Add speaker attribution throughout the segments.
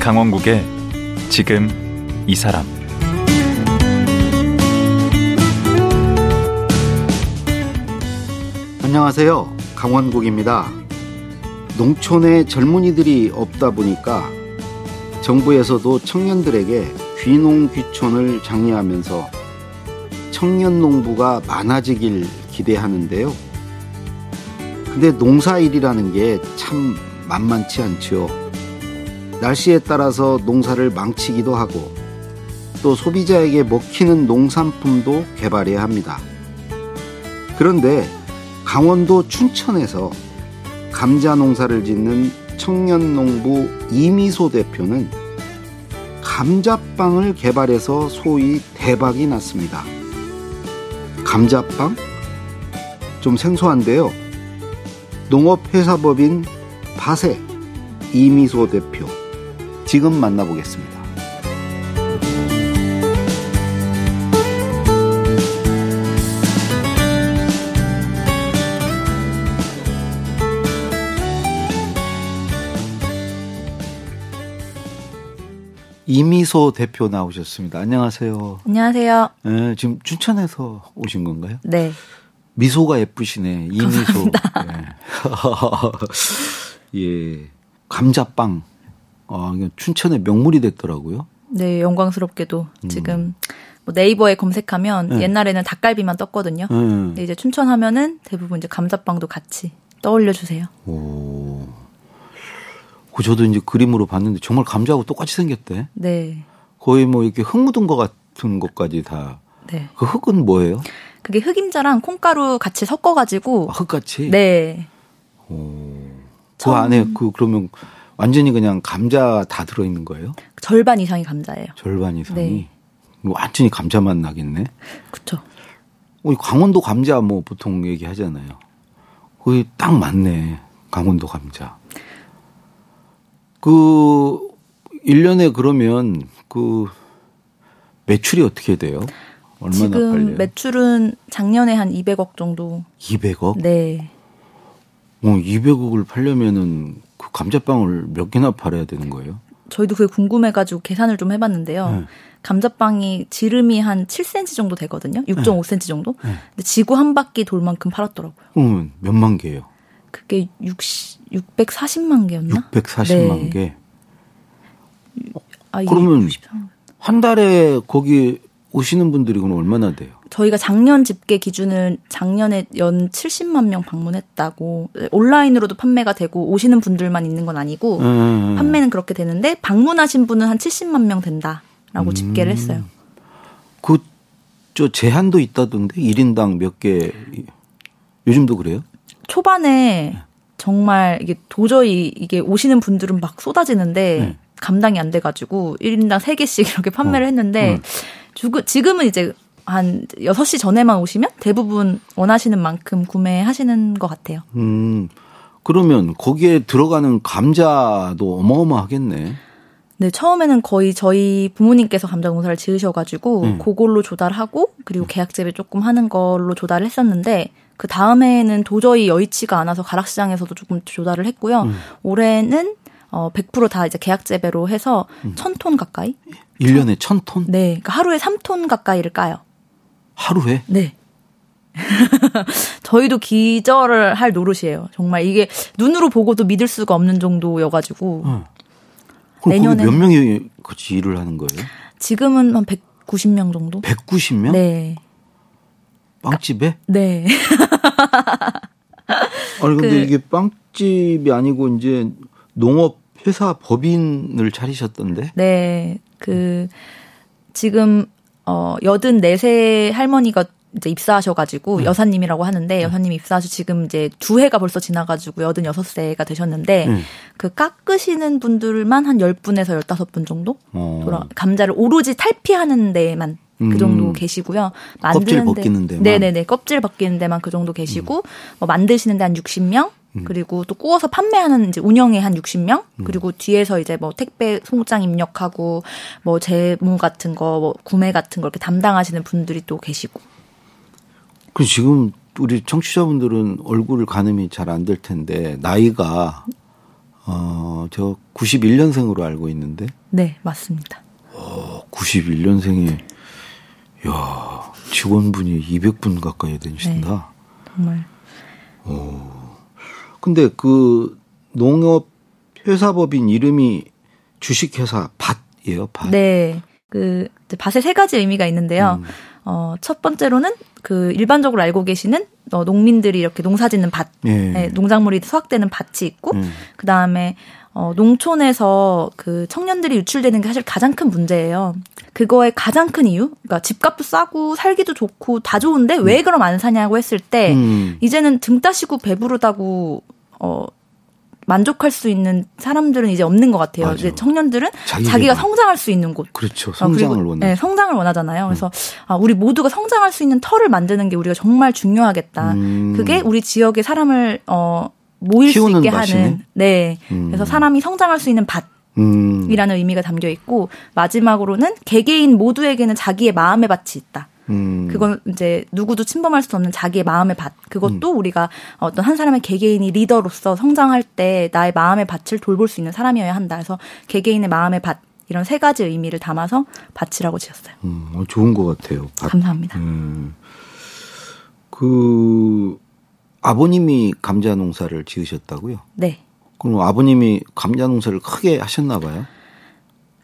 Speaker 1: 강원국의 지금 이 사람
Speaker 2: 안녕하세요. 강원국입니다. 농촌에 젊은이들이 없다 보니까 정부에서도 청년들에게 귀농 귀촌을 장려하면서 청년 농부가 많아지길 기대하는데요. 근데 농사일이라는 게 참 만만치 않지요. 날씨에 따라서 농사를 망치기도 하고 또 소비자에게 먹히는 농산품도 개발해야 합니다. 그런데 강원도 춘천에서 감자 농사를 짓는 청년 농부 이미소 대표는 감자빵을 개발해서 소위 대박이 났습니다. 감자빵? 좀 생소한데요. 농업회사법인 바세 이미소 대표 지금 만나보겠습니다. 이미소 대표 나오셨습니다. 안녕하세요.
Speaker 3: 안녕하세요.
Speaker 2: 예, 지금 춘천에서 오신 건가요?
Speaker 3: 네.
Speaker 2: 미소가 예쁘시네. 이미소. 예. 예. 감자빵. 아, 이거 춘천의 명물이 됐더라고요.
Speaker 3: 네, 영광스럽게도
Speaker 2: 음.
Speaker 3: 지금 뭐 네이버에 검색하면 옛날에는 닭갈비만 떴거든요.
Speaker 2: 예.
Speaker 3: 근데 이제 춘천 하면은 대부분 이제 감자빵도 같이 떠올려 주세요.
Speaker 2: 오. 그 저도 이제 그림으로 봤는데 정말 감자하고 똑같이 생겼대.
Speaker 3: 네.
Speaker 2: 거의 뭐 이렇게 흙 묻은 것 같은 것까지 다.
Speaker 3: 네.
Speaker 2: 그 흙은 뭐예요?
Speaker 3: 그게 흑임자랑 콩가루 같이 섞어 가지고
Speaker 2: 아, 흙같이?
Speaker 3: 네.
Speaker 2: 그 안에 그 그러면 완전히 그냥 감자 다 들어있는 거예요?
Speaker 3: 절반 이상이 감자예요.
Speaker 2: 절반 이상이.
Speaker 3: 네.
Speaker 2: 완전히 감자맛 나겠네.
Speaker 3: 그렇죠.
Speaker 2: 우리 어, 강원도 감자 뭐 보통 얘기하잖아요. 그게 딱 맞네. 강원도 감자. 그 1년에 그러면 그 매출이 어떻게 돼요? 얼마나
Speaker 3: 지금
Speaker 2: 팔려요?
Speaker 3: 매출은 작년에 한 200억 정도.
Speaker 2: 200억?
Speaker 3: 네.
Speaker 2: 어, 200억을 팔려면은 그 감자빵을 몇 개나 팔아야 되는 거예요?
Speaker 3: 저희도 그게 궁금해가지고 계산을 좀 해봤는데요.
Speaker 2: 네.
Speaker 3: 감자빵이 지름이 한 7cm 정도 되거든요.
Speaker 2: 네.
Speaker 3: 6.5cm 정도. 근데 지구 한 바퀴 돌 만큼 팔았더라고요.
Speaker 2: 그러면 몇만 개예요?
Speaker 3: 그게 60, 640만 개였나?
Speaker 2: 640만
Speaker 3: 네.
Speaker 2: 개.
Speaker 3: 아, 이게
Speaker 2: 그러면
Speaker 3: 63.
Speaker 2: 한 달에 거기 오시는 분들이 그럼 얼마나 돼요?
Speaker 3: 저희가 작년 집계 기준은 작년에 연 70만 명 방문했다고 온라인으로도 판매가 되고 오시는 분들만 있는 건 아니고
Speaker 2: 음.
Speaker 3: 판매는 그렇게 되는데 방문하신 분은 한 70만 명
Speaker 2: 음.
Speaker 3: 된다라고 집계를 했어요.
Speaker 2: 그 저 제한도 있다던데 1인당 몇 개. 요즘도 그래요?
Speaker 3: 초반에 정말 이게 도저히 이게 오시는 분들은 막 쏟아지는데
Speaker 2: 네.
Speaker 3: 감당이 안 돼가지고 1인당 3개씩 이렇게 판매를 했는데 주그- 지금은 이제 한 6시 전에만 오시면 대부분 원하시는 만큼 구매하시는 것 같아요.
Speaker 2: 음. 그러면 거기에 들어가는 감자도 어마어마하겠네.
Speaker 3: 네, 처음에는 거의 저희 부모님께서 감자 농사를 지으셔가지고 그걸로 조달하고 그리고 계약 재배 조금 하는 걸로 조달을 했었는데 그 다음에는 도저히 여의치가 않아서 가락시장에서도 조금 조달을 했고요. 올해는 어, 100%다 이제 계약 재배로 해서 1000톤 가까이?
Speaker 2: 1년에 천톤
Speaker 3: 네. 그러니까 하루에 3톤 가까이를 까요.
Speaker 2: 하루에?
Speaker 3: 네. 저희도 기절을 할 노릇이에요. 정말 이게 눈으로 보고도 믿을 수가 없는 정도여가지고
Speaker 2: 어. 그럼 거기
Speaker 3: 내년에는-
Speaker 2: 몇 명이 같이 일을 하는 거예요?
Speaker 3: 지금은 한 190명 정도?
Speaker 2: 190명?
Speaker 3: 네.
Speaker 2: 빵집에?
Speaker 3: 네.
Speaker 2: 아니 근데
Speaker 3: 그-
Speaker 2: 이게 빵집이 아니고 이제 농업 회사 법인을 차리셨던데.
Speaker 3: 네. 그 지금 어 여든 네세 할머니가 이제 입사하셔가지고 여사님이라고 하는데 여사님 입사하셔 지금 이제 두 해가 벌써 지나가지고 여든 여섯 세가 되셨는데
Speaker 2: 음.
Speaker 3: 그 깎으시는 분들만 한 열 분에서 열다섯 분 정도
Speaker 2: 어.
Speaker 3: 돌아 감자를 오로지 탈피하는 데만
Speaker 2: 음.
Speaker 3: 그 정도 계시고요.
Speaker 2: 껍질
Speaker 3: 만드는 데-
Speaker 2: 벗기는 데만. 음.
Speaker 3: 네네네. 껍질 벗기는 데만 그 정도 계시고, 뭐 만드시는 데 한 60명, 그리고 또 구워서 판매하는 이제 운영에 한 60명,
Speaker 2: 음.
Speaker 3: 그리고 뒤에서 이제 뭐 택배 송장 입력하고, 뭐 재무 같은 거, 뭐 구매 같은 거 이렇게 담당하시는 분들이 또 계시고.
Speaker 2: 그 지금 우리 청취자분들은 얼굴 가늠이 잘 안 될 텐데 나이가 어, 저 91년생으로 알고 있는데
Speaker 3: 네, 맞습니다.
Speaker 2: 어, 91년생에 야, 직원분이 200분 가까이 되신다.
Speaker 3: 네. 정말
Speaker 2: 근데 그 농업 회사법인 이름이 주식회사 밭이에요, 밭.
Speaker 3: 네. 그 이제 밭에 세 가지 의미가 있는데요.
Speaker 2: 아. 음.
Speaker 3: 어, 첫 번째로는 그 일반적으로 알고 계시는 어, 농민들이 이렇게 농사 짓는 밭,
Speaker 2: 예.
Speaker 3: 네, 농작물이 수확되는 밭이 있고
Speaker 2: 음.
Speaker 3: 그다음에 어, 농촌에서 그 청년들이 유출되는 게 사실 가장 큰 문제예요. 그거의 가장 큰 이유, 그러니까 집값도 싸고 살기도 좋고 다 좋은데 왜 그럼 안 사냐고 했을 때
Speaker 2: 음.
Speaker 3: 이제는 등 따시고 배부르다고 어 만족할 수 있는 사람들은 이제 없는 것 같아요.
Speaker 2: 맞아.
Speaker 3: 이제 청년들은
Speaker 2: 자기가-
Speaker 3: 자기가 성장할 수 있는 곳.
Speaker 2: 그렇죠.
Speaker 3: 아, 그리고-
Speaker 2: 성장을 원하는. 음.
Speaker 3: 네, 성장을 원하잖아요. 그래서 아, 우리 모두가 성장할 수 있는 터를 만드는 게 우리가 정말 중요하겠다.
Speaker 2: 음.
Speaker 3: 그게 우리 지역의 사람을 어 모일 수
Speaker 2: 키우는
Speaker 3: 있게
Speaker 2: 밭이네.
Speaker 3: 하는 네.
Speaker 2: 음.
Speaker 3: 그래서 사람이 성장할 수 있는 밭이라는
Speaker 2: 음.
Speaker 3: 의미가 담겨 있고 마지막으로는 개개인 모두에게는 자기의 마음의 밭이 있다.
Speaker 2: 음.
Speaker 3: 그건 이제 누구도 침범할 수 없는 자기의 마음의 밭. 그것도 우리가 어떤 한 사람의 개개인이 리더로서 성장할 때 나의 마음의 밭을 돌볼 수 있는 사람이어야 한다. 그래서 개개인의 마음의 밭 이런 세 가지 의미를 담아서 밭이라고 지었어요.
Speaker 2: 음, 어, 좋은 것 같아요. 밭.
Speaker 3: 감사합니다.
Speaker 2: 음. 그 아버님이 감자 농사를 지으셨다고요?
Speaker 3: 네.
Speaker 2: 그럼 아버님이 감자 농사를 크게 하셨나 봐요.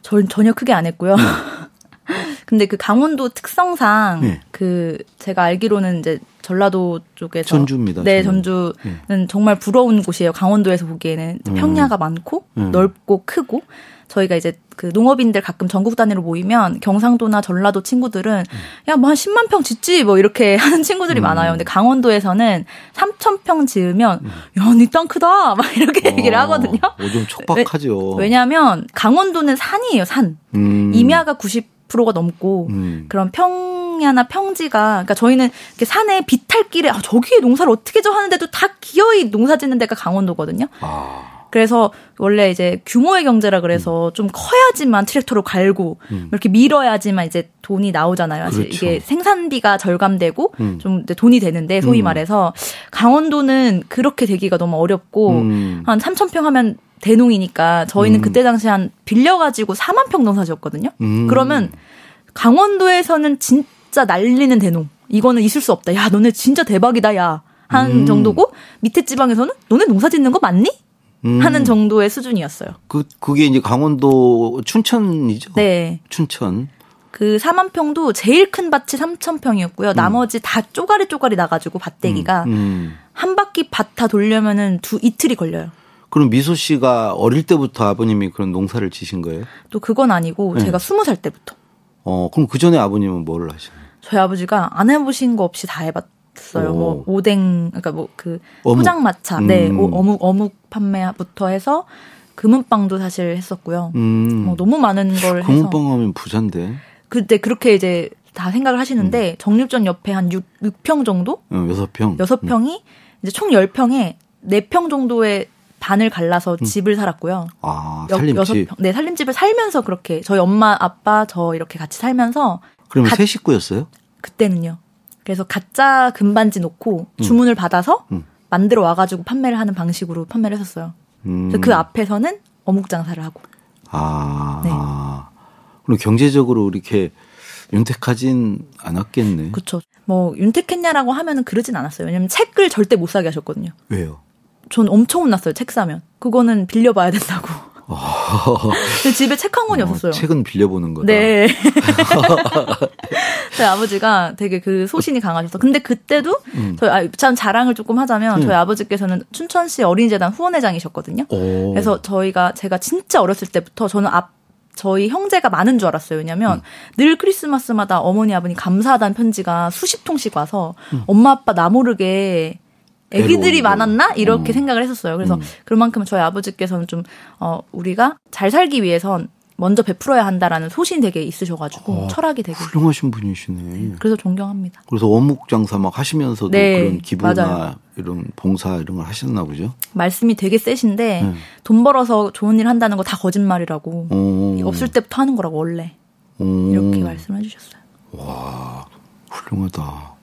Speaker 3: 전 전혀 크게 안 했고요.
Speaker 2: 네.
Speaker 3: 근데 그 강원도 특성상
Speaker 2: 네.
Speaker 3: 그 제가 알기로는 이제 전라도 쪽에서
Speaker 2: 전주입니다,
Speaker 3: 네,
Speaker 2: 전주.
Speaker 3: 전주는 정말 부러운 곳이에요. 강원도에서 보기에는 평야가 많고
Speaker 2: 음.
Speaker 3: 넓고 크고 저희가 이제 그 농업인들 가끔 전국 단위로 모이면 경상도나 전라도 친구들은
Speaker 2: 네.
Speaker 3: 야 뭐 한 10만 평 짓지 뭐 이렇게 하는 친구들이
Speaker 2: 음.
Speaker 3: 많아요. 근데 강원도에서는 3천 평 지으면 야, 니 땅 크다 막 이렇게 얘기를
Speaker 2: 음. 어,
Speaker 3: 하거든요.
Speaker 2: 요즘 촉박하죠.
Speaker 3: 왜냐하면 강원도는 산이에요, 산.
Speaker 2: 음.
Speaker 3: 임야가 90%가 넘고
Speaker 2: 음.
Speaker 3: 그런 평야나 평지가 그러니까 저희는 이렇게 산에 비탈길에 아, 저기에 농사를 어떻게 저 하는데도 다 기어이 농사 짓는 데가 강원도거든요.
Speaker 2: 아,
Speaker 3: 그래서 원래 이제 규모의 경제라 그래서
Speaker 2: 음.
Speaker 3: 좀 커야지만 트랙터로 갈고 뭐 이렇게 밀어야지만 이제 돈이 나오잖아요. 사실
Speaker 2: 그렇죠.
Speaker 3: 이게 생산비가 절감되고
Speaker 2: 음.
Speaker 3: 좀 이제 돈이 되는데 소위
Speaker 2: 음.
Speaker 3: 말해서 강원도는 그렇게 되기가 너무 어렵고
Speaker 2: 음.
Speaker 3: 한 3천 평 하면 대농이니까
Speaker 2: 음.
Speaker 3: 저희는 그때 당시 한 빌려가지고 4만 평 농사지었거든요.
Speaker 2: 음.
Speaker 3: 그러면 강원도에서는 진짜 날리는 대농. 이거는 있을 수 없다. 야, 너네 진짜 대박이다. 야. 한
Speaker 2: 음.
Speaker 3: 정도고 밑에 지방에서는 너네 농사 짓는 거 맞니?
Speaker 2: 음.
Speaker 3: 하는 정도의 수준이었어요.
Speaker 2: 그 그게 이제 강원도 춘천이죠.
Speaker 3: 네.
Speaker 2: 춘천.
Speaker 3: 그 4만 평도 제일 큰 밭이 3천 평이었고요. 나머지 다 쪼가리 쪼가리 나가지고 밭대기가
Speaker 2: 음.
Speaker 3: 한 바퀴 밭 다 돌려면은 두 이틀이 걸려요.
Speaker 2: 그럼 미소 씨가 어릴 때부터 아버님이 그런 농사를 지신 거예요?
Speaker 3: 또 그건
Speaker 2: 네.
Speaker 3: 아니고 제가 스무 살 때부터
Speaker 2: 어, 그럼 그 전에 아버님은 뭘 하시나요?
Speaker 3: 저희 아버지가 안 해보신 거 없이 다 해봤어요.
Speaker 2: 오.
Speaker 3: 뭐 오뎅, 그러니까 뭐 그
Speaker 2: 어묵.
Speaker 3: 포장마차, 네,
Speaker 2: 음.
Speaker 3: 오- 어묵 어묵 판매부터 해서 금은빵도 사실 했었고요.
Speaker 2: 음.
Speaker 3: 뭐 너무 많은 걸 해서
Speaker 2: 금은빵 하면 부잔데.
Speaker 3: 그때 그렇게 이제 다 생각을 하시는데
Speaker 2: 음.
Speaker 3: 정육점 옆에 한 6, 육평 정도,
Speaker 2: 응, 어, 여섯 평.
Speaker 3: 여섯 평이 이제 총 10평에 4평 정도의 반을 갈라서 집을 살았고요.
Speaker 2: 음. 아,
Speaker 3: 여-
Speaker 2: 살림집.
Speaker 3: 여섯 평- 네, 살림집을 살면서 그렇게 저희 엄마, 아빠, 저 이렇게 같이 살면서
Speaker 2: 그러면
Speaker 3: 갓-
Speaker 2: 세 식구였어요?
Speaker 3: 그때는요. 그래서 가짜 금반지 놓고 주문을 받아서
Speaker 2: 음.
Speaker 3: 만들어 와가지고 판매를 하는 방식으로 판매를 했었어요.
Speaker 2: 음.
Speaker 3: 그래서 그 앞에서는 어묵 장사를 하고.
Speaker 2: 아.
Speaker 3: 네.
Speaker 2: 그럼 경제적으로 이렇게 윤택하진 않았겠네.
Speaker 3: 그쵸. 뭐, 윤택했냐라고 하면은 그러진 않았어요. 왜냐면 책을 절대 못 사게 하셨거든요.
Speaker 2: 왜요?
Speaker 3: 전 엄청 혼났어요, 책 사면. 그거는 빌려봐야 된다고.
Speaker 2: 아.
Speaker 3: 근데 집에 책 한 권이 없었어요.
Speaker 2: 책은 빌려보는 거다.
Speaker 3: 네. 저희 아버지가 되게 그 소신이 강하셔서. 근데 그때도
Speaker 2: 음.
Speaker 3: 저희 아, 참 자랑을 조금 하자면 저희 아버지께서는 춘천시 어린이재단 후원회장이셨거든요.
Speaker 2: 오.
Speaker 3: 그래서 저희가 제가 진짜 어렸을 때부터 저는 앞 저희 형제가 많은 줄 알았어요.
Speaker 2: 음.
Speaker 3: 왜냐면 늘 크리스마스마다 어머니 아버님 감사하다는 편지가 수십 통씩 와서 엄마 아빠 나 모르게 애기들이
Speaker 2: 음. 애로
Speaker 3: 많았나 이렇게
Speaker 2: 음.
Speaker 3: 생각을 했었어요. 그래서
Speaker 2: 음.
Speaker 3: 그만큼 저희 아버지께서는 좀 어 우리가 잘 살기 위해선 먼저 베풀어야 한다라는 소신 이 되게 있으셔가지고
Speaker 2: 어,
Speaker 3: 철학이 되게
Speaker 2: 훌륭하신 분이시네.
Speaker 3: 그래서 존경합니다.
Speaker 2: 그래서 원목 장사 막 하시면서도
Speaker 3: 네,
Speaker 2: 그런 기부나
Speaker 3: 맞아요.
Speaker 2: 이런 봉사 이런 걸 하셨나 보죠.
Speaker 3: 말씀이 되게 세신데
Speaker 2: 음.
Speaker 3: 돈 벌어서 좋은 일 한다는 거 다 거짓말이라고
Speaker 2: 어.
Speaker 3: 없을 때부터 하는 거라고 원래
Speaker 2: 어.
Speaker 3: 이렇게 말씀해 주셨어요.
Speaker 2: 와, 훌륭하다. 아,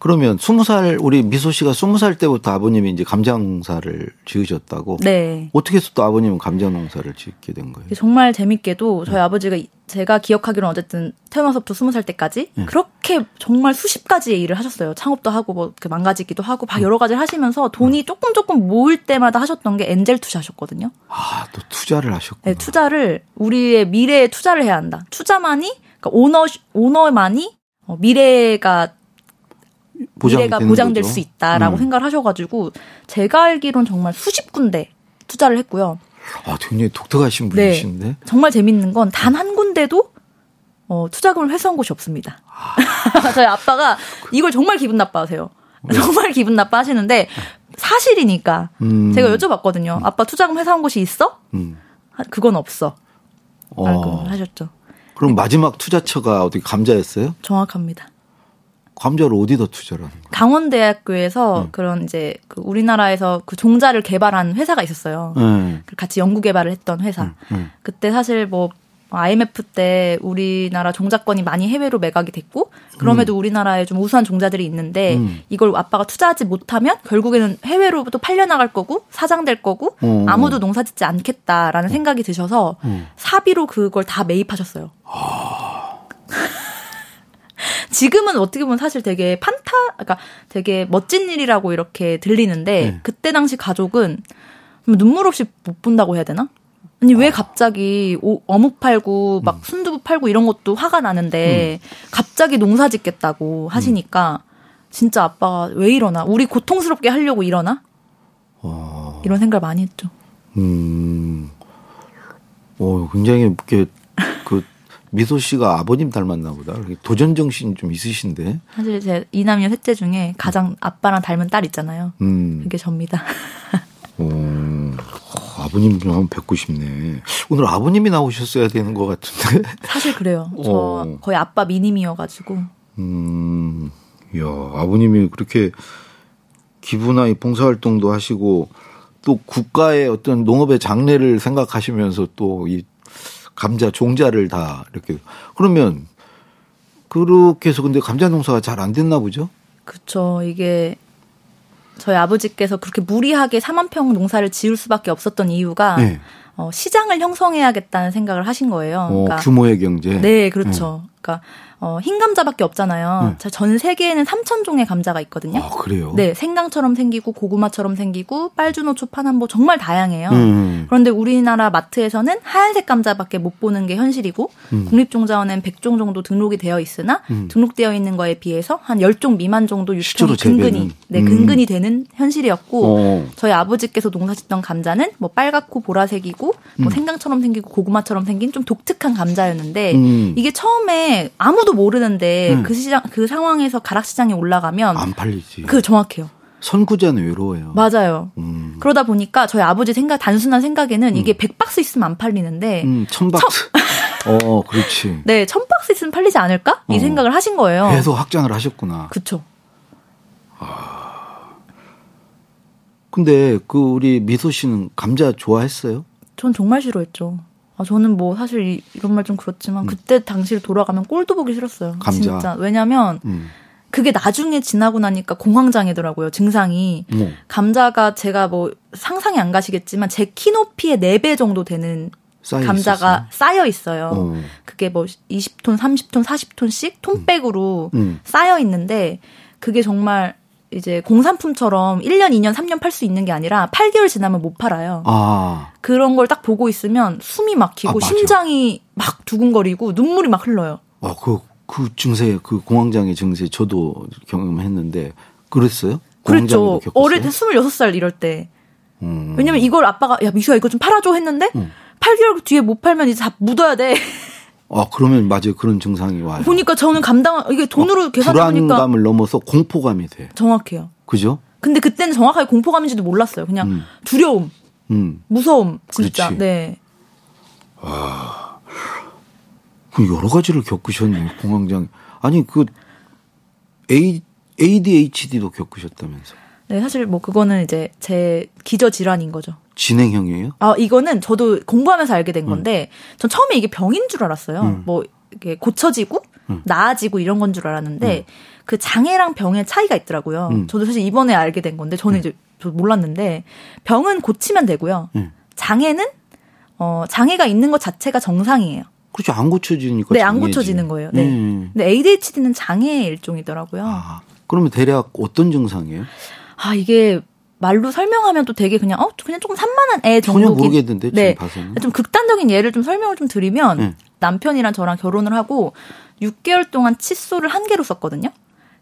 Speaker 2: 그러면 스무 살 우리 미소 씨가 스무 살 때부터 아버님이 이제 감자농사를 지으셨다고.
Speaker 3: 네.
Speaker 2: 어떻게 해서 또 아버님은 감자농사를 짓게 된 거예요?
Speaker 3: 정말 재밌게도
Speaker 2: 음.
Speaker 3: 저희 아버지가 이- 제가 기억하기로는 어쨌든 태어나서부터 스무 살 때까지
Speaker 2: 음.
Speaker 3: 그렇게 정말 수십 가지의 일을 하셨어요. 창업도 하고 뭐 이렇게 망가지기도 하고
Speaker 2: 음.
Speaker 3: 막 여러 가지를 하시면서 돈이 조금 조금 모을 때마다 하셨던 게 엔젤 투자하셨거든요.
Speaker 2: 아, 또 투자를 하셨구나.
Speaker 3: 네, 투자를 우리의 미래에 투자를 해야 한다. 투자만이 그러니까 오너 오너만이 어, 미래가
Speaker 2: 보장이
Speaker 3: 미래가
Speaker 2: 되는
Speaker 3: 보장될
Speaker 2: 거죠.
Speaker 3: 수 있다라고
Speaker 2: 음.
Speaker 3: 생각을 하셔가지고 제가 알기론 정말 수십 군데 투자를 했고요.
Speaker 2: 아, 굉장히 독특하신
Speaker 3: 네.
Speaker 2: 분이신데.
Speaker 3: 정말 재밌는 건 단 한 군데도 어, 투자금을 회수한 곳이 없습니다. 저희 아빠가 이걸 정말 기분 나빠하세요. 정말 기분 나빠하시는데 사실이니까
Speaker 2: 음.
Speaker 3: 제가 여쭤봤거든요. 아빠 투자금 회수한 곳이 있어?
Speaker 2: 음.
Speaker 3: 아, 그건 없어.
Speaker 2: 어.
Speaker 3: 라고 하셨죠.
Speaker 2: 그럼 마지막 투자처가 어떻게 감자였어요?
Speaker 3: 정확합니다.
Speaker 2: 감자를 어디다 투자를 하는 거예요? 음.
Speaker 3: 강원대학교에서 그런 이제 그 우리나라에서 그 종자를 개발한 회사가 있었어요.
Speaker 2: 네.
Speaker 3: 그 같이 연구 개발을 했던 회사.
Speaker 2: 음.
Speaker 3: 그때 사실 뭐 IMF 때 우리나라 종자권이 많이 해외로 매각이 됐고 그럼에도 우리나라에 좀 우수한 종자들이 있는데
Speaker 2: 음.
Speaker 3: 이걸 아빠가 투자하지 못하면 결국에는 해외로 또 팔려 나갈 거고 사장될 거고
Speaker 2: 어.
Speaker 3: 아무도 농사 짓지 않겠다라는 생각이 드셔서
Speaker 2: 음.
Speaker 3: 사비로 그걸 다 매입하셨어요.
Speaker 2: 아.
Speaker 3: 지금은 어떻게 보면 사실 되게 판타, 그러니까 되게 멋진 일이라고 이렇게 들리는데
Speaker 2: 네.
Speaker 3: 그때 당시 가족은 눈물 없이 못 본다고 해야 되나? 아니 왜 갑자기 오- 어묵 팔고
Speaker 2: 음.
Speaker 3: 막 순두부 팔고 이런 것도 화가 나는데 갑자기 농사 짓겠다고
Speaker 2: 음.
Speaker 3: 하시니까 진짜 아빠가 왜 이러나? 우리 고통스럽게 하려고 이러나?
Speaker 2: 어.
Speaker 3: 이런 생각을 많이 했죠.
Speaker 2: 음. 오, 굉장히 이렇게 그 미소 씨가 아버님 닮았나 보다. 이렇게 도전 정신 좀 있으신데.
Speaker 3: 사실 제 이남녀 셋째 중에 가장 아빠랑 닮은 딸 있잖아요.
Speaker 2: 음.
Speaker 3: 그게 접니다.
Speaker 2: 오, 아버님 좀 한번 뵙고 싶네. 오늘 아버님이 나오셨어야 되는 것 같은데.
Speaker 3: 사실 그래요. 저
Speaker 2: 어.
Speaker 3: 거의 아빠 미님이어가지고
Speaker 2: 음. 야, 아버님이 그렇게 기부나 이 봉사활동도 하시고 또 국가의 어떤 농업의 장래를 생각하시면서 또 이 감자 종자를 다 이렇게 그러면 그렇게 해서 근데 감자 농사가 잘 안 됐나 보죠?
Speaker 3: 그쵸 이게 저희 아버지께서 그렇게 무리하게 3만평 농사를 지을 수밖에 없었던 이유가
Speaker 2: 네.
Speaker 3: 어, 시장을 형성해야겠다는 생각을 하신 거예요. 그러니까
Speaker 2: 어, 규모의 경제.
Speaker 3: 네, 그렇죠. 그러니까 어, 흰 감자밖에 없잖아요. 자, 전 세계에는 3천 종의 감자가 있거든요.
Speaker 2: 네. 아, 그래요.
Speaker 3: 네, 생강처럼 생기고 고구마처럼 생기고 빨주노초 파남보 정말 다양해요.
Speaker 2: 음.
Speaker 3: 그런데 우리나라 마트에서는 하얀색 감자밖에 못 보는 게 현실이고
Speaker 2: 음.
Speaker 3: 국립종자원엔 100종 정도 등록이 되어 있으나 등록되어 있는 거에 비해서 한 10종 미만 정도
Speaker 2: 실제로
Speaker 3: 유통이
Speaker 2: 재배는.
Speaker 3: 근근히 네,
Speaker 2: 음.
Speaker 3: 근근히 되는 현실이었고
Speaker 2: 어.
Speaker 3: 저희 아버지께서 농사짓던 감자는 뭐 빨갛고 보라색이고
Speaker 2: 음.
Speaker 3: 뭐 생강처럼 생기고 고구마처럼 생긴 좀 독특한 감자였는데
Speaker 2: 음.
Speaker 3: 네. 이게 처음에 아무도 모르는데
Speaker 2: 음. 아,
Speaker 3: 그 시장 그 상황에서 가락 시장에 올라가면
Speaker 2: 안 팔리지.
Speaker 3: 그 정확해요.
Speaker 2: 어. 선구자는 외로워요.
Speaker 3: 맞아요.
Speaker 2: 음.
Speaker 3: 그러다 보니까 저희 아버지 생각 단순한 생각에는 이게 100박스 있으면 안 팔리는데
Speaker 2: 음, 천박스. 어, 그렇지.
Speaker 3: 네, 1000박스 있으면 팔리지 않을까? 이
Speaker 2: 어.
Speaker 3: 생각을 하신 거예요.
Speaker 2: 계속 확장을 하셨구나.
Speaker 3: 그쵸.
Speaker 2: 근데 그 우리 미소 씨는 감자 좋아했어요?
Speaker 3: 전 정말 싫어했죠. 아, 저는 뭐 사실 이, 런 말 좀 그렇지만 그때 당시를 돌아가면 꼴도 보기 싫었어요.
Speaker 2: 음. 감자.
Speaker 3: 진짜. 왜냐면
Speaker 2: 음.
Speaker 3: 그게 나중에 지나고 나니까 공황장애더라고요. 증상이.
Speaker 2: 뭐.
Speaker 3: 감자가 제가 뭐 상상이 안 가시겠지만 제 키높이의 4배 정도 되는
Speaker 2: 쌓여
Speaker 3: 감자가 쌓여 있어요.
Speaker 2: 있었어요? 어.
Speaker 3: 그게 뭐 20톤, 30톤, 40톤씩 톤백으로
Speaker 2: 음.
Speaker 3: 쌓여 있는데 그게 정말 이제 공산품처럼 1년, 2년, 3년 팔 수 있는 게 아니라 8개월 지나면 못 팔아요.
Speaker 2: 아,
Speaker 3: 그런 걸 딱 보고 있으면 숨이 막히고
Speaker 2: 아, 맞아.
Speaker 3: 심장이 막 두근거리고 눈물이 막 흘러요.
Speaker 2: 어, 그, 그 증세, 그 공황장애 증세 저도 경험했는데, 그랬어요?
Speaker 3: 그랬죠.
Speaker 2: 공황장애도 겪었어요?
Speaker 3: 어릴 때 26살 이럴 때.
Speaker 2: 음.
Speaker 3: 왜냐면 이걸 아빠가 야, 미수야 이거 좀 팔아줘 했는데 8개월 뒤에 못 팔면 이제 다 묻어야 돼.
Speaker 2: 아, 그러면 맞아요. 그런 증상이 와요.
Speaker 3: 보니까 저는 감당 이게 돈으로 계산해 보니까
Speaker 2: 어, 불안감을 넘어서 공포감이 돼.
Speaker 3: 정확해요.
Speaker 2: 그죠?
Speaker 3: 근데 그때는 정확하게 공포감인지도 몰랐어요. 그냥 두려움,
Speaker 2: 음.
Speaker 3: 무서움, 진짜.
Speaker 2: 그렇지.
Speaker 3: 네.
Speaker 2: 그 여러 가지를 겪으셨네요. 공황장애. 아니, 그, A, ADHD도 겪으셨다면서.
Speaker 3: 네, 사실 뭐 그거는 이제 제 기저 질환인 거죠.
Speaker 2: 진행형이에요?
Speaker 3: 아, 이거는
Speaker 4: 음.
Speaker 3: 저도 공부하면서 알게 된 건데 전 처음에 이게 병인 줄 알았어요. 뭐 이게 고쳐지고 나아지고 이런 건 줄 알았는데 그 장애랑 병의 차이가 있더라고요.
Speaker 4: 음.
Speaker 3: 저도 사실 이번에 알게 된 건데 저는 이제 저 몰랐는데 병은 고치면 되고요.
Speaker 2: 예.
Speaker 4: 음.
Speaker 3: 장애는 어 장애가 있는 것 자체가 정상이에요.
Speaker 4: 그렇죠. 안 고쳐지니까.
Speaker 3: 네, 안
Speaker 4: 장애지.
Speaker 3: 고쳐지는 거예요. 네.
Speaker 4: 음.
Speaker 3: 근데 ADHD는 장애의 일종이더라고요. 아, 네,
Speaker 4: 아, 그러면 대략 어떤 증상이에요?
Speaker 3: 이게 말로 설명하면 또 되게 그냥 어 그냥 조금 산만한 애
Speaker 4: 전혀
Speaker 3: 정도긴
Speaker 4: 모르겠는데 지금
Speaker 3: 네.
Speaker 4: 봐서는.
Speaker 3: 좀 극단적인 예를 좀 설명을 좀 드리면
Speaker 4: 음.
Speaker 3: 남편이랑 저랑 결혼을 하고 6개월 동안 칫솔을 한 개로 썼거든요.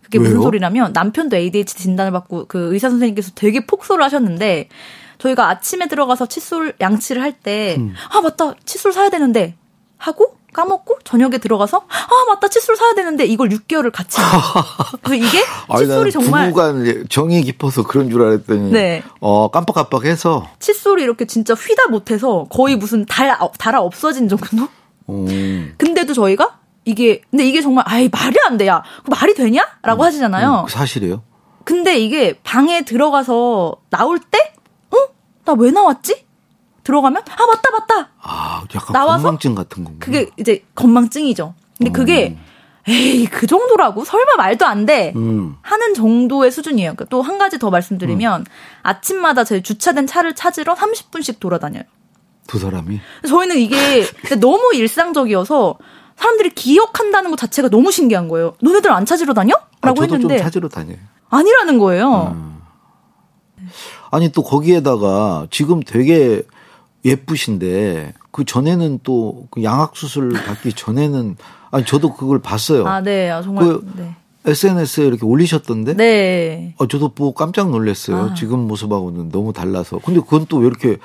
Speaker 3: 그게 무슨
Speaker 4: 왜요?
Speaker 3: 소리냐면 남편도 ADHD 진단을 받고 그 의사 선생님께서 되게 폭소를 하셨는데 저희가 아침에 들어가서 칫솔 양치를 할 때 아
Speaker 2: 음.
Speaker 3: 맞다 칫솔 사야 되는데 하고 까먹고 저녁에 들어가서 아 맞다 칫솔 사야 되는데 이걸 6개월을 같이 해요. 그래서 이게
Speaker 2: 아니, 나는
Speaker 3: 칫솔이 정말
Speaker 2: 부부간 정이 깊어서 그런 줄 알았더니
Speaker 3: 네.
Speaker 2: 어 깜빡깜빡해서
Speaker 3: 칫솔이 이렇게 진짜 휘다 못해서 거의 무슨 달 달아 없어진 정도?
Speaker 2: 어,
Speaker 3: 근데도 저희가 이게 근데 이게 정말 아이 말이 안 돼야 말이 되냐라고 하시잖아요.
Speaker 2: 음, 사실이에요.
Speaker 3: 근데 이게 방에 들어가서 나올 때, 어? 나 왜 나왔지? 들어가면 아 맞다 맞다.
Speaker 2: 아 약간
Speaker 3: 나와서?
Speaker 2: 건망증 같은 건가?
Speaker 3: 그게 이제 건망증이죠. 근데 그게 에이 그 정도라고 설마 말도 안 돼.
Speaker 4: 음.
Speaker 3: 하는 정도의 수준이에요. 그러니까 또 한 가지 더 말씀드리면 아침마다 저희 주차된 차를 찾으러 30분씩 돌아다녀요.
Speaker 2: 두 사람이
Speaker 3: 저희는 이게 근데 너무 일상적이어서 사람들이 기억한다는 것 자체가 너무 신기한 거예요. 너네들 안 찾으러 다녀?
Speaker 2: 아,
Speaker 3: 라고
Speaker 2: 저도
Speaker 3: 했는데
Speaker 2: 좀 찾으러 음. 다녀요.
Speaker 3: 아니라는 거예요.
Speaker 2: 아니 또 거기에다가 지금 되게 예쁘신데 그 전에는 또그 양악 수술 받기 전에는 아니 저도 그걸 봤어요.
Speaker 3: 아, 네. 아, 정말.
Speaker 2: 그-
Speaker 3: 네.
Speaker 2: SNS에 이렇게 올리셨던데
Speaker 3: 네.
Speaker 2: 어, 저도 보고 깜짝 놀랐어요.
Speaker 3: 아.
Speaker 2: 지금 모습하고는 너무 달라서. 근데 그건 또 왜 이렇게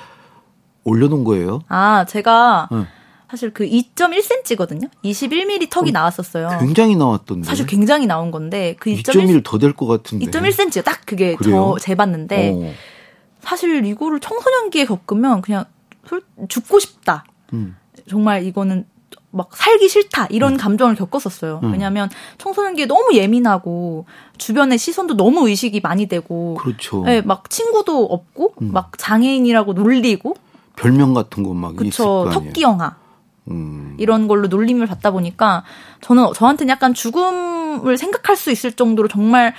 Speaker 2: 올려놓은 거예요? 예.
Speaker 3: 아, 제가
Speaker 2: 응.
Speaker 3: 사실 그 2.1cm거든요. 21mm
Speaker 2: 그
Speaker 3: 턱이 나왔었어요.
Speaker 2: 굉장히 나왔던데.
Speaker 3: 아. 사실 굉장히 나온 건데 그 2.1
Speaker 2: 2.1 더 될 것 같은데.
Speaker 3: 2.1cm 딱 그게
Speaker 2: 그래요?
Speaker 3: 저 재봤는데
Speaker 2: 어.
Speaker 3: 사실 이거를 청소년기에 겪으면 그냥 솔- 죽고 싶다.
Speaker 4: 음.
Speaker 3: 정말 이거는 막 살기 싫다 이런
Speaker 2: 음.
Speaker 3: 감정을 겪었었어요. 왜냐하면 청소년기에 너무 예민하고 주변의 시선도 너무 의식이 많이 되고,
Speaker 2: 그렇죠. 음.
Speaker 3: 예, 막 친구도 없고, 막 장애인이라고 놀리고,
Speaker 2: 별명 같은 거 막 있을
Speaker 3: 그쵸
Speaker 2: 거 아니에요.
Speaker 3: 턱기 영화
Speaker 2: 음.
Speaker 3: 이런 걸로 놀림을 받다 보니까 저는 저한테는 약간 죽음을 생각할 수 있을 정도로 정말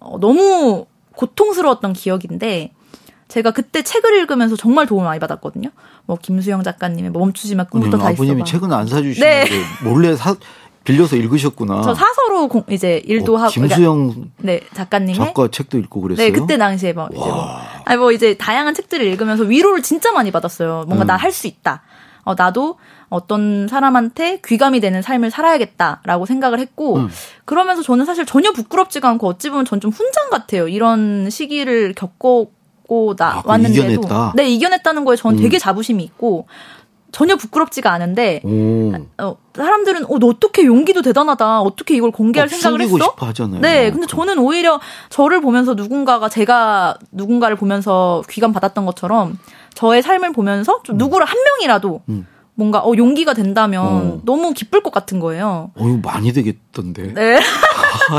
Speaker 3: 어, 너무 고통스러웠던 기억인데 제가 그때 책을 읽으면서 정말 도움을 많이 받았거든요. 뭐 김수영 작가님의 멈추지 마 꿈부터
Speaker 2: 음, 아니,
Speaker 3: 다 있어봐. 네.
Speaker 2: 아버님이 책은 안 사주시는데 몰래 사, 빌려서 읽으셨구나.
Speaker 3: 저 사서로 공- 이제 일도
Speaker 2: 아. 어,
Speaker 3: 하고
Speaker 2: 김수영
Speaker 3: 그러니까, 네 작가님의
Speaker 2: 작가 책도 읽고 그랬어요.
Speaker 3: 네 그때 당시에 막 이제 뭐, 아니 뭐 이제 다양한 책들을 읽으면서 위로를 진짜 많이 받았어요.
Speaker 2: 음.
Speaker 3: 뭔가 나 할 수 있다. 어 나도 어떤 사람한테 귀감이 되는 삶을 살아야겠다라고 생각을 했고
Speaker 2: 음.
Speaker 3: 그러면서 저는 사실 전혀 부끄럽지가 않고 어찌 보면 전 좀 훈장 같아요. 이런 시기를 겪고
Speaker 2: 아, 그걸
Speaker 3: 나왔는데도
Speaker 2: 이겨냈다. 음.
Speaker 3: 네 이겨냈다는 거에 저는 되게 자부심이 있고 전혀 부끄럽지가 않은데
Speaker 2: 오.
Speaker 3: 어, 사람들은 어, 너 어떻게 용기도 대단하다. 어떻게 이걸 공개할
Speaker 2: 막
Speaker 3: 생각을
Speaker 2: 숨기고 그
Speaker 3: 했어?
Speaker 2: 싶어 하잖아요.
Speaker 3: 네, 근데 저는 오히려 저를 보면서 누군가가 제가 누군가를 보면서 귀감 받았던 것처럼 저의 삶을 보면서
Speaker 2: 음.
Speaker 3: 좀 누구를 한 명이라도 뭔가 어, 용기가 된다면
Speaker 2: 어.
Speaker 3: 너무 기쁠 것 같은 거예요.
Speaker 2: 어유 많이 되겠던데.
Speaker 3: 네.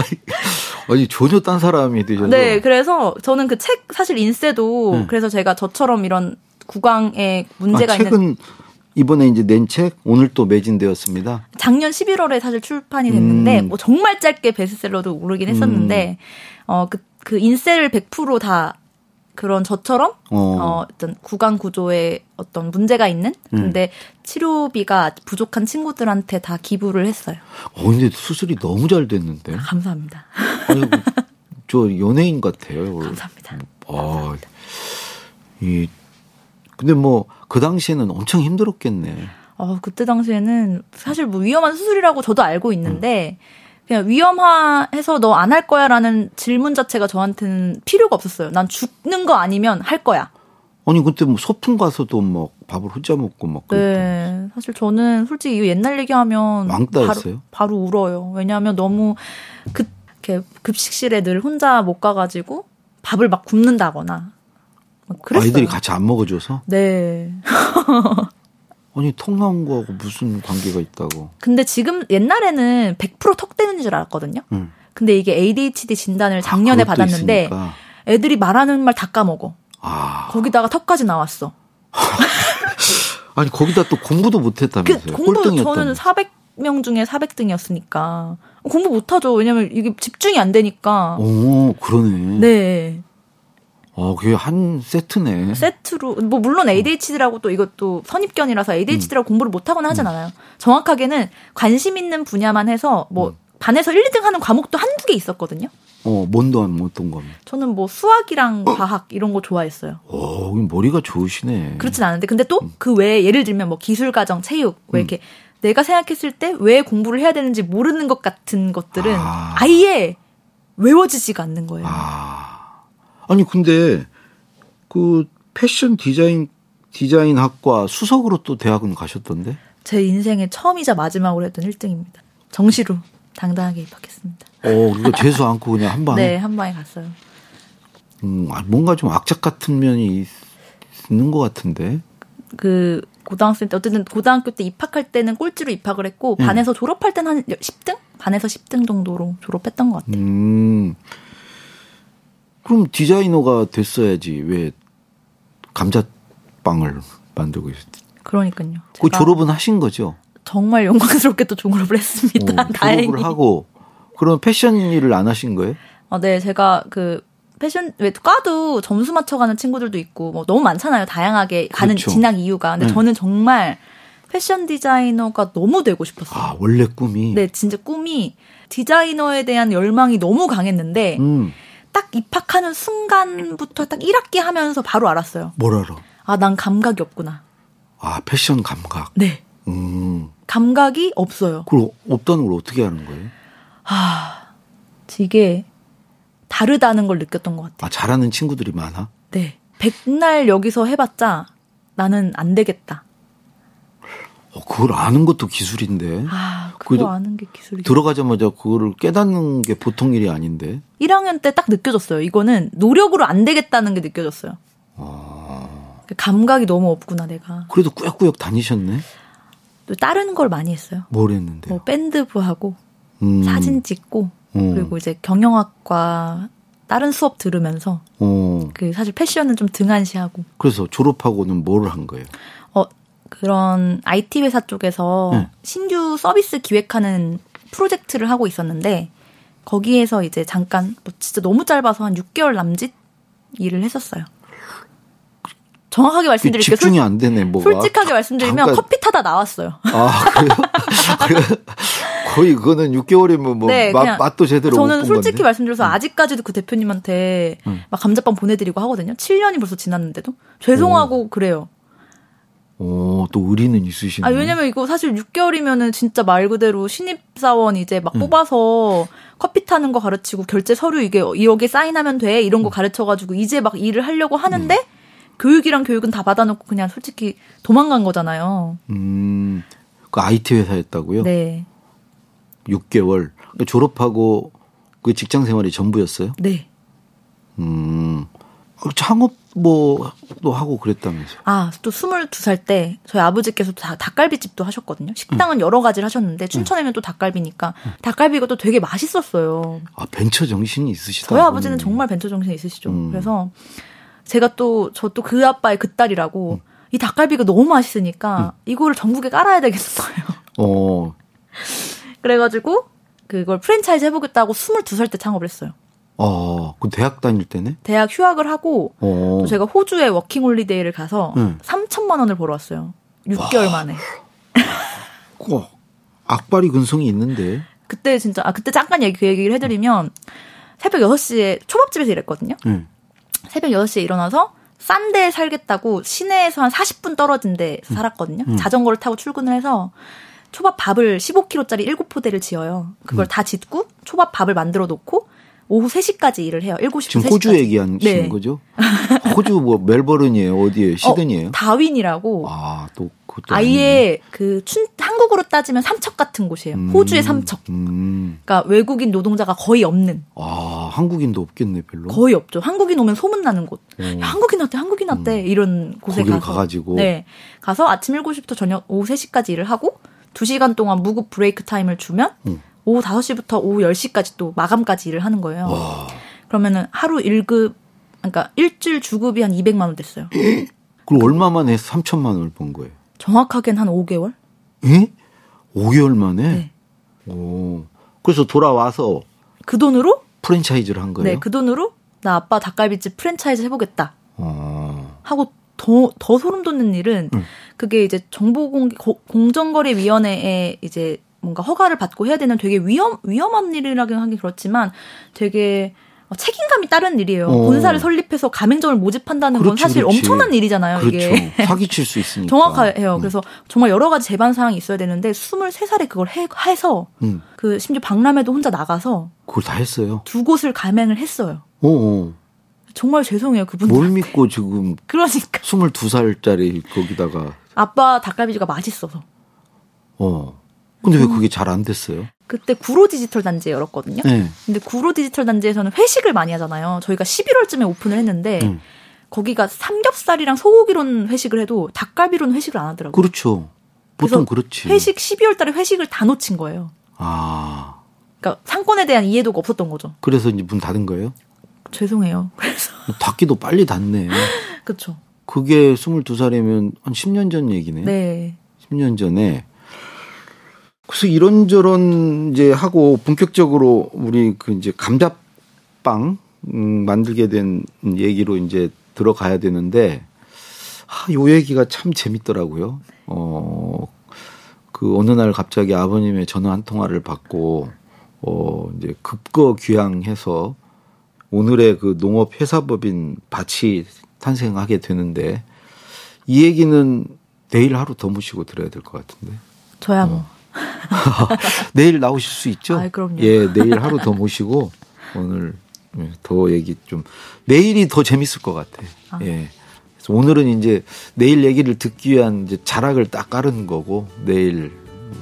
Speaker 2: 아니 전혀 딴 사람이 되셔서. 음.
Speaker 3: 네, 그래서 저는 그 책 사실 인쇄도 그래서 제가 저처럼 이런 구강에 문제가
Speaker 2: 아,
Speaker 3: 있는
Speaker 2: 책은 이번에 이제 낸 책 오늘 또 매진되었습니다.
Speaker 3: 작년 11월에 사실 출판이 됐는데 뭐 정말 짧게 베스트셀러도 오르긴 했었는데 어그 그 인셀을 100%다 그런 저처럼
Speaker 2: 어.
Speaker 3: 어. 어떤 구강 구조에 어떤 문제가 있는 근데 치료비가 부족한 친구들한테 다 기부를 했어요.
Speaker 2: 어 근데 수술이 너무 잘 됐는데.
Speaker 3: 감사합니다.
Speaker 2: 아이고, 저 연예인 같아요.
Speaker 3: 감사합니다.
Speaker 2: 아, 이 근데 뭐 그 당시에는 엄청 힘들었겠네.
Speaker 3: 어 그때 당시에는 사실 뭐 위험한 수술이라고 저도 알고 있는데 그냥 위험해서 너 안 할 거야라는 질문 자체가 저한테는 필요가 없었어요. 난 죽는 거 아니면 할 거야.
Speaker 2: 아니 그때 뭐 소풍 가서도 막 밥을 혼자 먹고 막 그랬던.
Speaker 3: 네, 사실 저는 솔직히 이거 옛날 얘기하면
Speaker 2: 왕따였어요?
Speaker 3: 바로, 바로 울어요. 왜냐하면 너무 그 이렇게 급식실에 늘 혼자 못 가가지고 밥을 막 굶는다거나 막 그랬어요.
Speaker 2: 아이들이 같이 안 먹어줘서
Speaker 3: 네.
Speaker 2: 아니 턱 나온 거하고 무슨 관계가 있다고.
Speaker 3: 근데 지금 옛날에는 100%턱 되는 줄 알았거든요.
Speaker 4: 음.
Speaker 3: 근데 이게 ADHD 진단을 작년에
Speaker 2: 아, 그것도
Speaker 3: 받았는데
Speaker 2: 있으니까.
Speaker 3: 애들이 말하는 말 다 까먹어.
Speaker 2: 아
Speaker 3: 거기다가 턱까지 나왔어.
Speaker 2: 아니 거기다 또 공부도
Speaker 3: 그
Speaker 2: 못했다면서요.
Speaker 3: 공부
Speaker 2: 꼴등이었다면서.
Speaker 3: 저는 400 명 중에 400등이었으니까 공부 못하죠. 왜냐면 이게 집중이 안 되니까.
Speaker 2: 오, 그러네.
Speaker 3: 네.
Speaker 2: 아, 그게 한 세트네.
Speaker 3: 세트로 뭐 물론 ADHD라고 또 이것도 선입견이라서
Speaker 2: 음.
Speaker 3: ADHD라고 공부를 못 하거나 하진 않아요. 정확하게는 관심 있는 분야만 해서 뭐
Speaker 2: 음.
Speaker 3: 반에서 1, 2등 하는 과목도 한두 개 있었거든요.
Speaker 2: 어, 뭔도 안 어떤 거.
Speaker 3: 저는 뭐 수학이랑 과학 이런 거 좋아했어요.
Speaker 2: 오, 머리가 좋으시네.
Speaker 3: 그렇진 않은데 근데 또
Speaker 2: 음.
Speaker 3: 그 외에 예를 들면 뭐 기술 과정, 체육 뭐 이렇게 내가 생각했을 때 왜 공부를 해야 되는지 모르는 것 같은 것들은
Speaker 2: 아.
Speaker 3: 아. 예 외워지지가 않는 거예요.
Speaker 2: 아,
Speaker 5: 아니 근데 그 패션 디자인 디자인학과 수석으로 또 대학은 가셨던데?
Speaker 3: 제 인생의 처음이자 마지막으로 했던 1등입니다. 정시로 당당하게 입학했습니다.
Speaker 2: 어, 그거 재수 않고 그냥 한 방에.
Speaker 3: 네, 한 방에 갔어요.
Speaker 2: 음, 아, 뭔가 좀 악착 같은 면이 있- 있는 것 같은데.
Speaker 3: 그 고등학생 때 어쨌든 고등학교 때 입학할 때는 꼴찌로
Speaker 2: 음.
Speaker 3: 입학을 했고 반에서 졸업할 때는 한 10등? 반에서 10등 정도로 졸업했던 것 같아요.
Speaker 2: 음. 그럼 디자이너가 됐어야지 왜 감자빵을 만들고 있을 때.
Speaker 3: 그러니까요.
Speaker 2: 그
Speaker 3: 제가
Speaker 2: 졸업은 하신 거죠?
Speaker 3: 정말 영광스럽게 또 졸업을
Speaker 2: 어,
Speaker 3: 했습니다. 다행히.
Speaker 2: 졸업을 하고 그럼 패션 일을 안 하신 거예요?
Speaker 3: 어, 네, 제가 그 패션 왜 과도 점수 맞춰가는 친구들도 있고 뭐 너무 많잖아요. 다양하게 가는
Speaker 2: 그렇죠.
Speaker 3: 진학 이유가. 근데 저는 정말 패션 디자이너가 너무 되고 싶었어요.
Speaker 2: 아 원래 꿈이
Speaker 3: 네, 진짜 꿈이 디자이너에 대한 열망이 너무 강했는데
Speaker 2: 음,
Speaker 3: 딱 입학하는 순간부터 딱 1학기 하면서 바로 알았어요.
Speaker 2: 뭘 알아?
Speaker 3: 아, 난 감각이 없구나.
Speaker 2: 아 패션 감각.
Speaker 3: 네.
Speaker 2: 음,
Speaker 3: 감각이 없어요.
Speaker 2: 그걸 없다는 걸 어떻게 아는 거예요?
Speaker 3: 아, 이게 다르다는 걸 느꼈던 것 같아요.
Speaker 2: 아 잘하는 친구들이 많아.
Speaker 3: 네. 백날 여기서 해봤자 나는 안 되겠다.
Speaker 2: 어, 그걸 아는 것도 기술인데
Speaker 3: 아, 네. 그거
Speaker 2: 그래도
Speaker 3: 아는 게 기술이죠.
Speaker 2: 들어가자마자 그거를 깨닫는 게 보통 일이 아닌데.
Speaker 3: 1학년 때 딱 느껴졌어요. 이거는 노력으로 안 되겠다는 게 느껴졌어요. 그 감각이 너무 없구나, 내가.
Speaker 2: 아, 그래도 꾸역꾸역 다니셨네.
Speaker 3: 또 다른 걸 많이 했어요.
Speaker 2: 뭘 음. 했는데?
Speaker 3: 뭐 밴드부 하고 사진 찍고
Speaker 2: 음.
Speaker 3: 그리고 이제 경영학과 다른 수업 들으면서
Speaker 2: 어.
Speaker 3: 그 사실 패션은 좀 등한시하고
Speaker 2: 그래서 졸업하고는 뭘 한 거예요?
Speaker 3: 어 그런 IT 회사 쪽에서
Speaker 2: 네.
Speaker 3: 신규 서비스 기획하는 프로젝트를 하고 있었는데 거기에서 이제 잠깐 뭐 진짜 너무 짧아서 한 6개월 남짓 일을 했었어요. 정확하게
Speaker 2: 이게
Speaker 3: 말씀드릴게요. 솔-
Speaker 2: 집중이 안 되네, 뭐가.
Speaker 3: 솔직하게 말씀드리면
Speaker 2: 잠깐-
Speaker 3: 커피 타다 나왔어요.
Speaker 2: 아, 그래요?
Speaker 5: 거의 그거는 6개월이면 뭐
Speaker 3: 네,
Speaker 5: 맛,
Speaker 3: 그냥
Speaker 5: 맛도 제대로 못
Speaker 3: 저는
Speaker 5: 본
Speaker 3: 솔직히
Speaker 5: 건데. 음.
Speaker 3: 말씀드려서 아직까지도 그 대표님한테 막 감자빵 보내드리고 하거든요. 7년이 벌써 지났는데도 죄송하고 그래요.
Speaker 2: 오, 어, 또 의리는 있으시네.
Speaker 3: 아
Speaker 5: 음.
Speaker 3: 왜냐면 이거 사실 6개월이면은 진짜 말 그대로 신입 사원 이제
Speaker 5: 음.
Speaker 3: 막 뽑아서 커피 타는 거 가르치고 결제 서류 이게 여기 사인하면 돼 이런
Speaker 5: 음.
Speaker 3: 거 가르쳐가지고 이제 막 일을 하려고 하는데 교육이랑 교육은 다 받아놓고 그냥 솔직히 도망간 거잖아요.
Speaker 2: 음, 그 IT 회사였다고요?
Speaker 3: 네,
Speaker 2: 6개월. 그 졸업하고 그 직장 생활이 전부였어요?
Speaker 3: 네.
Speaker 2: 음, 어, 창업 뭐도 하고 그랬다면서요?
Speaker 3: 아, 또 22살 때 저희 아버지께서 다, 닭갈비집도 하셨거든요. 식당은 여러 가지를 하셨는데 춘천에면 또 닭갈비니까 닭갈비가 또 되게 맛있었어요.
Speaker 2: 아, 벤처 정신이 있으시다.
Speaker 3: 저희 아버지는
Speaker 2: 음.
Speaker 3: 정말 벤처 정신 있으시죠. 그래서 제가 또 저 또 그 아빠의 그 딸이라고 이 닭갈비가 너무 맛있으니까 이거를 전국에 깔아야 되겠어요.
Speaker 2: 어,
Speaker 3: 그래가지고 그걸 프랜차이즈 해보겠다고 22살 때 창업을 했어요.
Speaker 2: 어, 그 대학 다닐 때네?
Speaker 3: 대학 휴학을 하고
Speaker 2: 어.
Speaker 3: 또 제가 호주에 워킹홀리데이를 가서
Speaker 2: 음.
Speaker 3: 3천만 원을 벌어왔어요. 6개월 만에.
Speaker 2: 꼭 어, 악바리 근성이 있는데.
Speaker 3: 그때 진짜 아 그때 잠깐 얘기 그 얘기를 해드리면 새벽 6시에 초밥집에서 일했거든요.
Speaker 2: 응.
Speaker 3: 새벽 6시에 일어나서 싼 데에 살겠다고 시내에서 한 40분 떨어진 데
Speaker 2: 음.
Speaker 3: 살았거든요. 자전거를 타고 출근을 해서 초밥 밥을 15kg짜리 7포대를 지어요.
Speaker 2: 음.
Speaker 3: 그걸 다 짓고 초밥 밥을 만들어 놓고 오후 3시까지 일을 해요. 7시
Speaker 2: 지금
Speaker 3: 3시까지.
Speaker 2: 호주 얘기하시는
Speaker 3: 네.
Speaker 2: 거죠? 호주 뭐 멜버른이에요? 어디에? 시드니에요?
Speaker 3: 어, 다윈이라고
Speaker 2: 아, 또 그것도 아니네.
Speaker 3: 아예 그 춘, 한국으로 따지면 삼척 같은 곳이에요. 호주의 삼척.
Speaker 2: 음.
Speaker 3: 그러니까 외국인 노동자가 거의 없는
Speaker 2: 아, 한국인도 없겠네, 별로.
Speaker 3: 거의 없죠. 한국인 오면 소문나는 곳. 야, 한국인 왔대, 한국인 왔대. 이런 곳에
Speaker 2: 음. 거기를
Speaker 3: 가서.
Speaker 2: 가가지고.
Speaker 3: 네. 가서 아침 7시부터 저녁 오후 3시까지 일을 하고 2시간 동안 무급 브레이크 타임을 주면
Speaker 2: 음.
Speaker 3: 오후 5시부터 오후 10시까지 또 마감까지 일을 하는 거예요. 그러면은 하루 일급 그러니까 일주일 주급이 한 200만 원 됐어요.
Speaker 2: 그럼 얼마만 해서 3천만 원을 번 거예요?
Speaker 3: 정확하게는 한 5개월?
Speaker 2: 예? 5개월 만에.
Speaker 3: 네.
Speaker 2: 오. 그래서 돌아와서
Speaker 3: 그 돈으로
Speaker 2: 프랜차이즈를 한 거예요.
Speaker 3: 네, 그 돈으로 나 아빠 닭갈비집 프랜차이즈 해보겠다
Speaker 2: 어.
Speaker 3: 하고 더, 더 소름 돋는 일은
Speaker 2: 음.
Speaker 3: 그게 이제 정보공개 고- 공정거래위원회에 이제 뭔가 허가를 받고 해야 되는 되게 위험 위험한 일이라긴 하긴 그렇지만 되게 어, 책임감이 따른 일이에요.
Speaker 2: 어.
Speaker 3: 본사를 설립해서 가맹점을 모집한다는 건
Speaker 2: 그렇지,
Speaker 3: 사실
Speaker 2: 그렇지.
Speaker 3: 엄청난 일이잖아요. 이게
Speaker 2: 그렇죠. 사기칠 수 있으니까. 음.
Speaker 3: 정확해요. 그래서 정말 여러 가지 제반 사항이 있어야 되는데 23살에 그걸 해, 해서
Speaker 2: 음.
Speaker 3: 그 심지어 박람회도 혼자 나가서
Speaker 2: 그걸 다 했어요.
Speaker 3: 두 곳을 가맹을 했어요.
Speaker 2: 어, 어.
Speaker 3: 정말 죄송해요 그분들.
Speaker 2: 뭘 믿고 지금
Speaker 3: 그러니까
Speaker 2: 22살짜리 거기다가
Speaker 3: 아빠 닭갈비가 맛있어서
Speaker 2: 어. 근데
Speaker 3: 음.
Speaker 2: 왜 그게 잘 안 됐어요?
Speaker 3: 그때 구로 디지털 단지 에 열었거든요.
Speaker 2: 네.
Speaker 3: 근데 구로 디지털 단지에서는 회식을 많이 하잖아요. 저희가 11월쯤에 오픈을 했는데
Speaker 2: 음.
Speaker 3: 거기가 삼겹살이랑 소고기로는 회식을 해도 닭갈비로는 회식을 안 하더라고요.
Speaker 2: 그렇죠. 보통
Speaker 3: 그래서
Speaker 2: 그렇지.
Speaker 3: 회식 12월 달에 회식을 다 놓친 거예요.
Speaker 2: 아.
Speaker 3: 그러니까 상권에 대한 이해도가 없었던 거죠.
Speaker 2: 그래서 이제 문 닫은 거예요?
Speaker 3: 죄송해요. 그래서
Speaker 2: 닫기도 빨리 닫네.
Speaker 3: 그렇죠.
Speaker 2: 그게 22살이면 한 10년 전 얘기네.
Speaker 3: 네.
Speaker 2: 10년 전에. 그래서 이런저런 이제 하고 본격적으로 우리 그 이제 감자빵 음, 만들게 된 얘기로 이제 들어가야 되는데 아, 요 얘기가 참 재밌더라고요. 어, 그 어느 날 갑자기 아버님의 전화 한 통화를 받고 어, 이제 급거 귀향해서 오늘의 그 농업 회사법인 밭이 탄생하게 되는데 이 얘기는 내일 하루 더 모시고 들어야 될 것 같은데.
Speaker 3: 저야 뭐
Speaker 2: 음. 내일 나오실 수 있죠?
Speaker 3: 아이, 그럼요.
Speaker 2: 예, 내일 하루 더 모시고 오늘 예, 더 얘기 좀 내일이 더 재밌을 것 같아. 예. 그래서 오늘은 이제 내일 얘기를 듣기 위한 이제 자락을 딱 깔은 거고 내일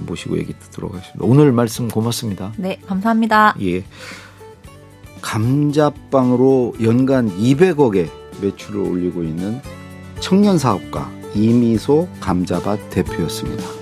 Speaker 2: 모시고 얘기 듣도록 하겠습니다. 오늘 말씀 고맙습니다.
Speaker 3: 네, 감사합니다.
Speaker 2: 예. 감자빵으로 연간 200억의 매출을 올리고 있는 청년 사업가 이미소 감자밭 대표였습니다.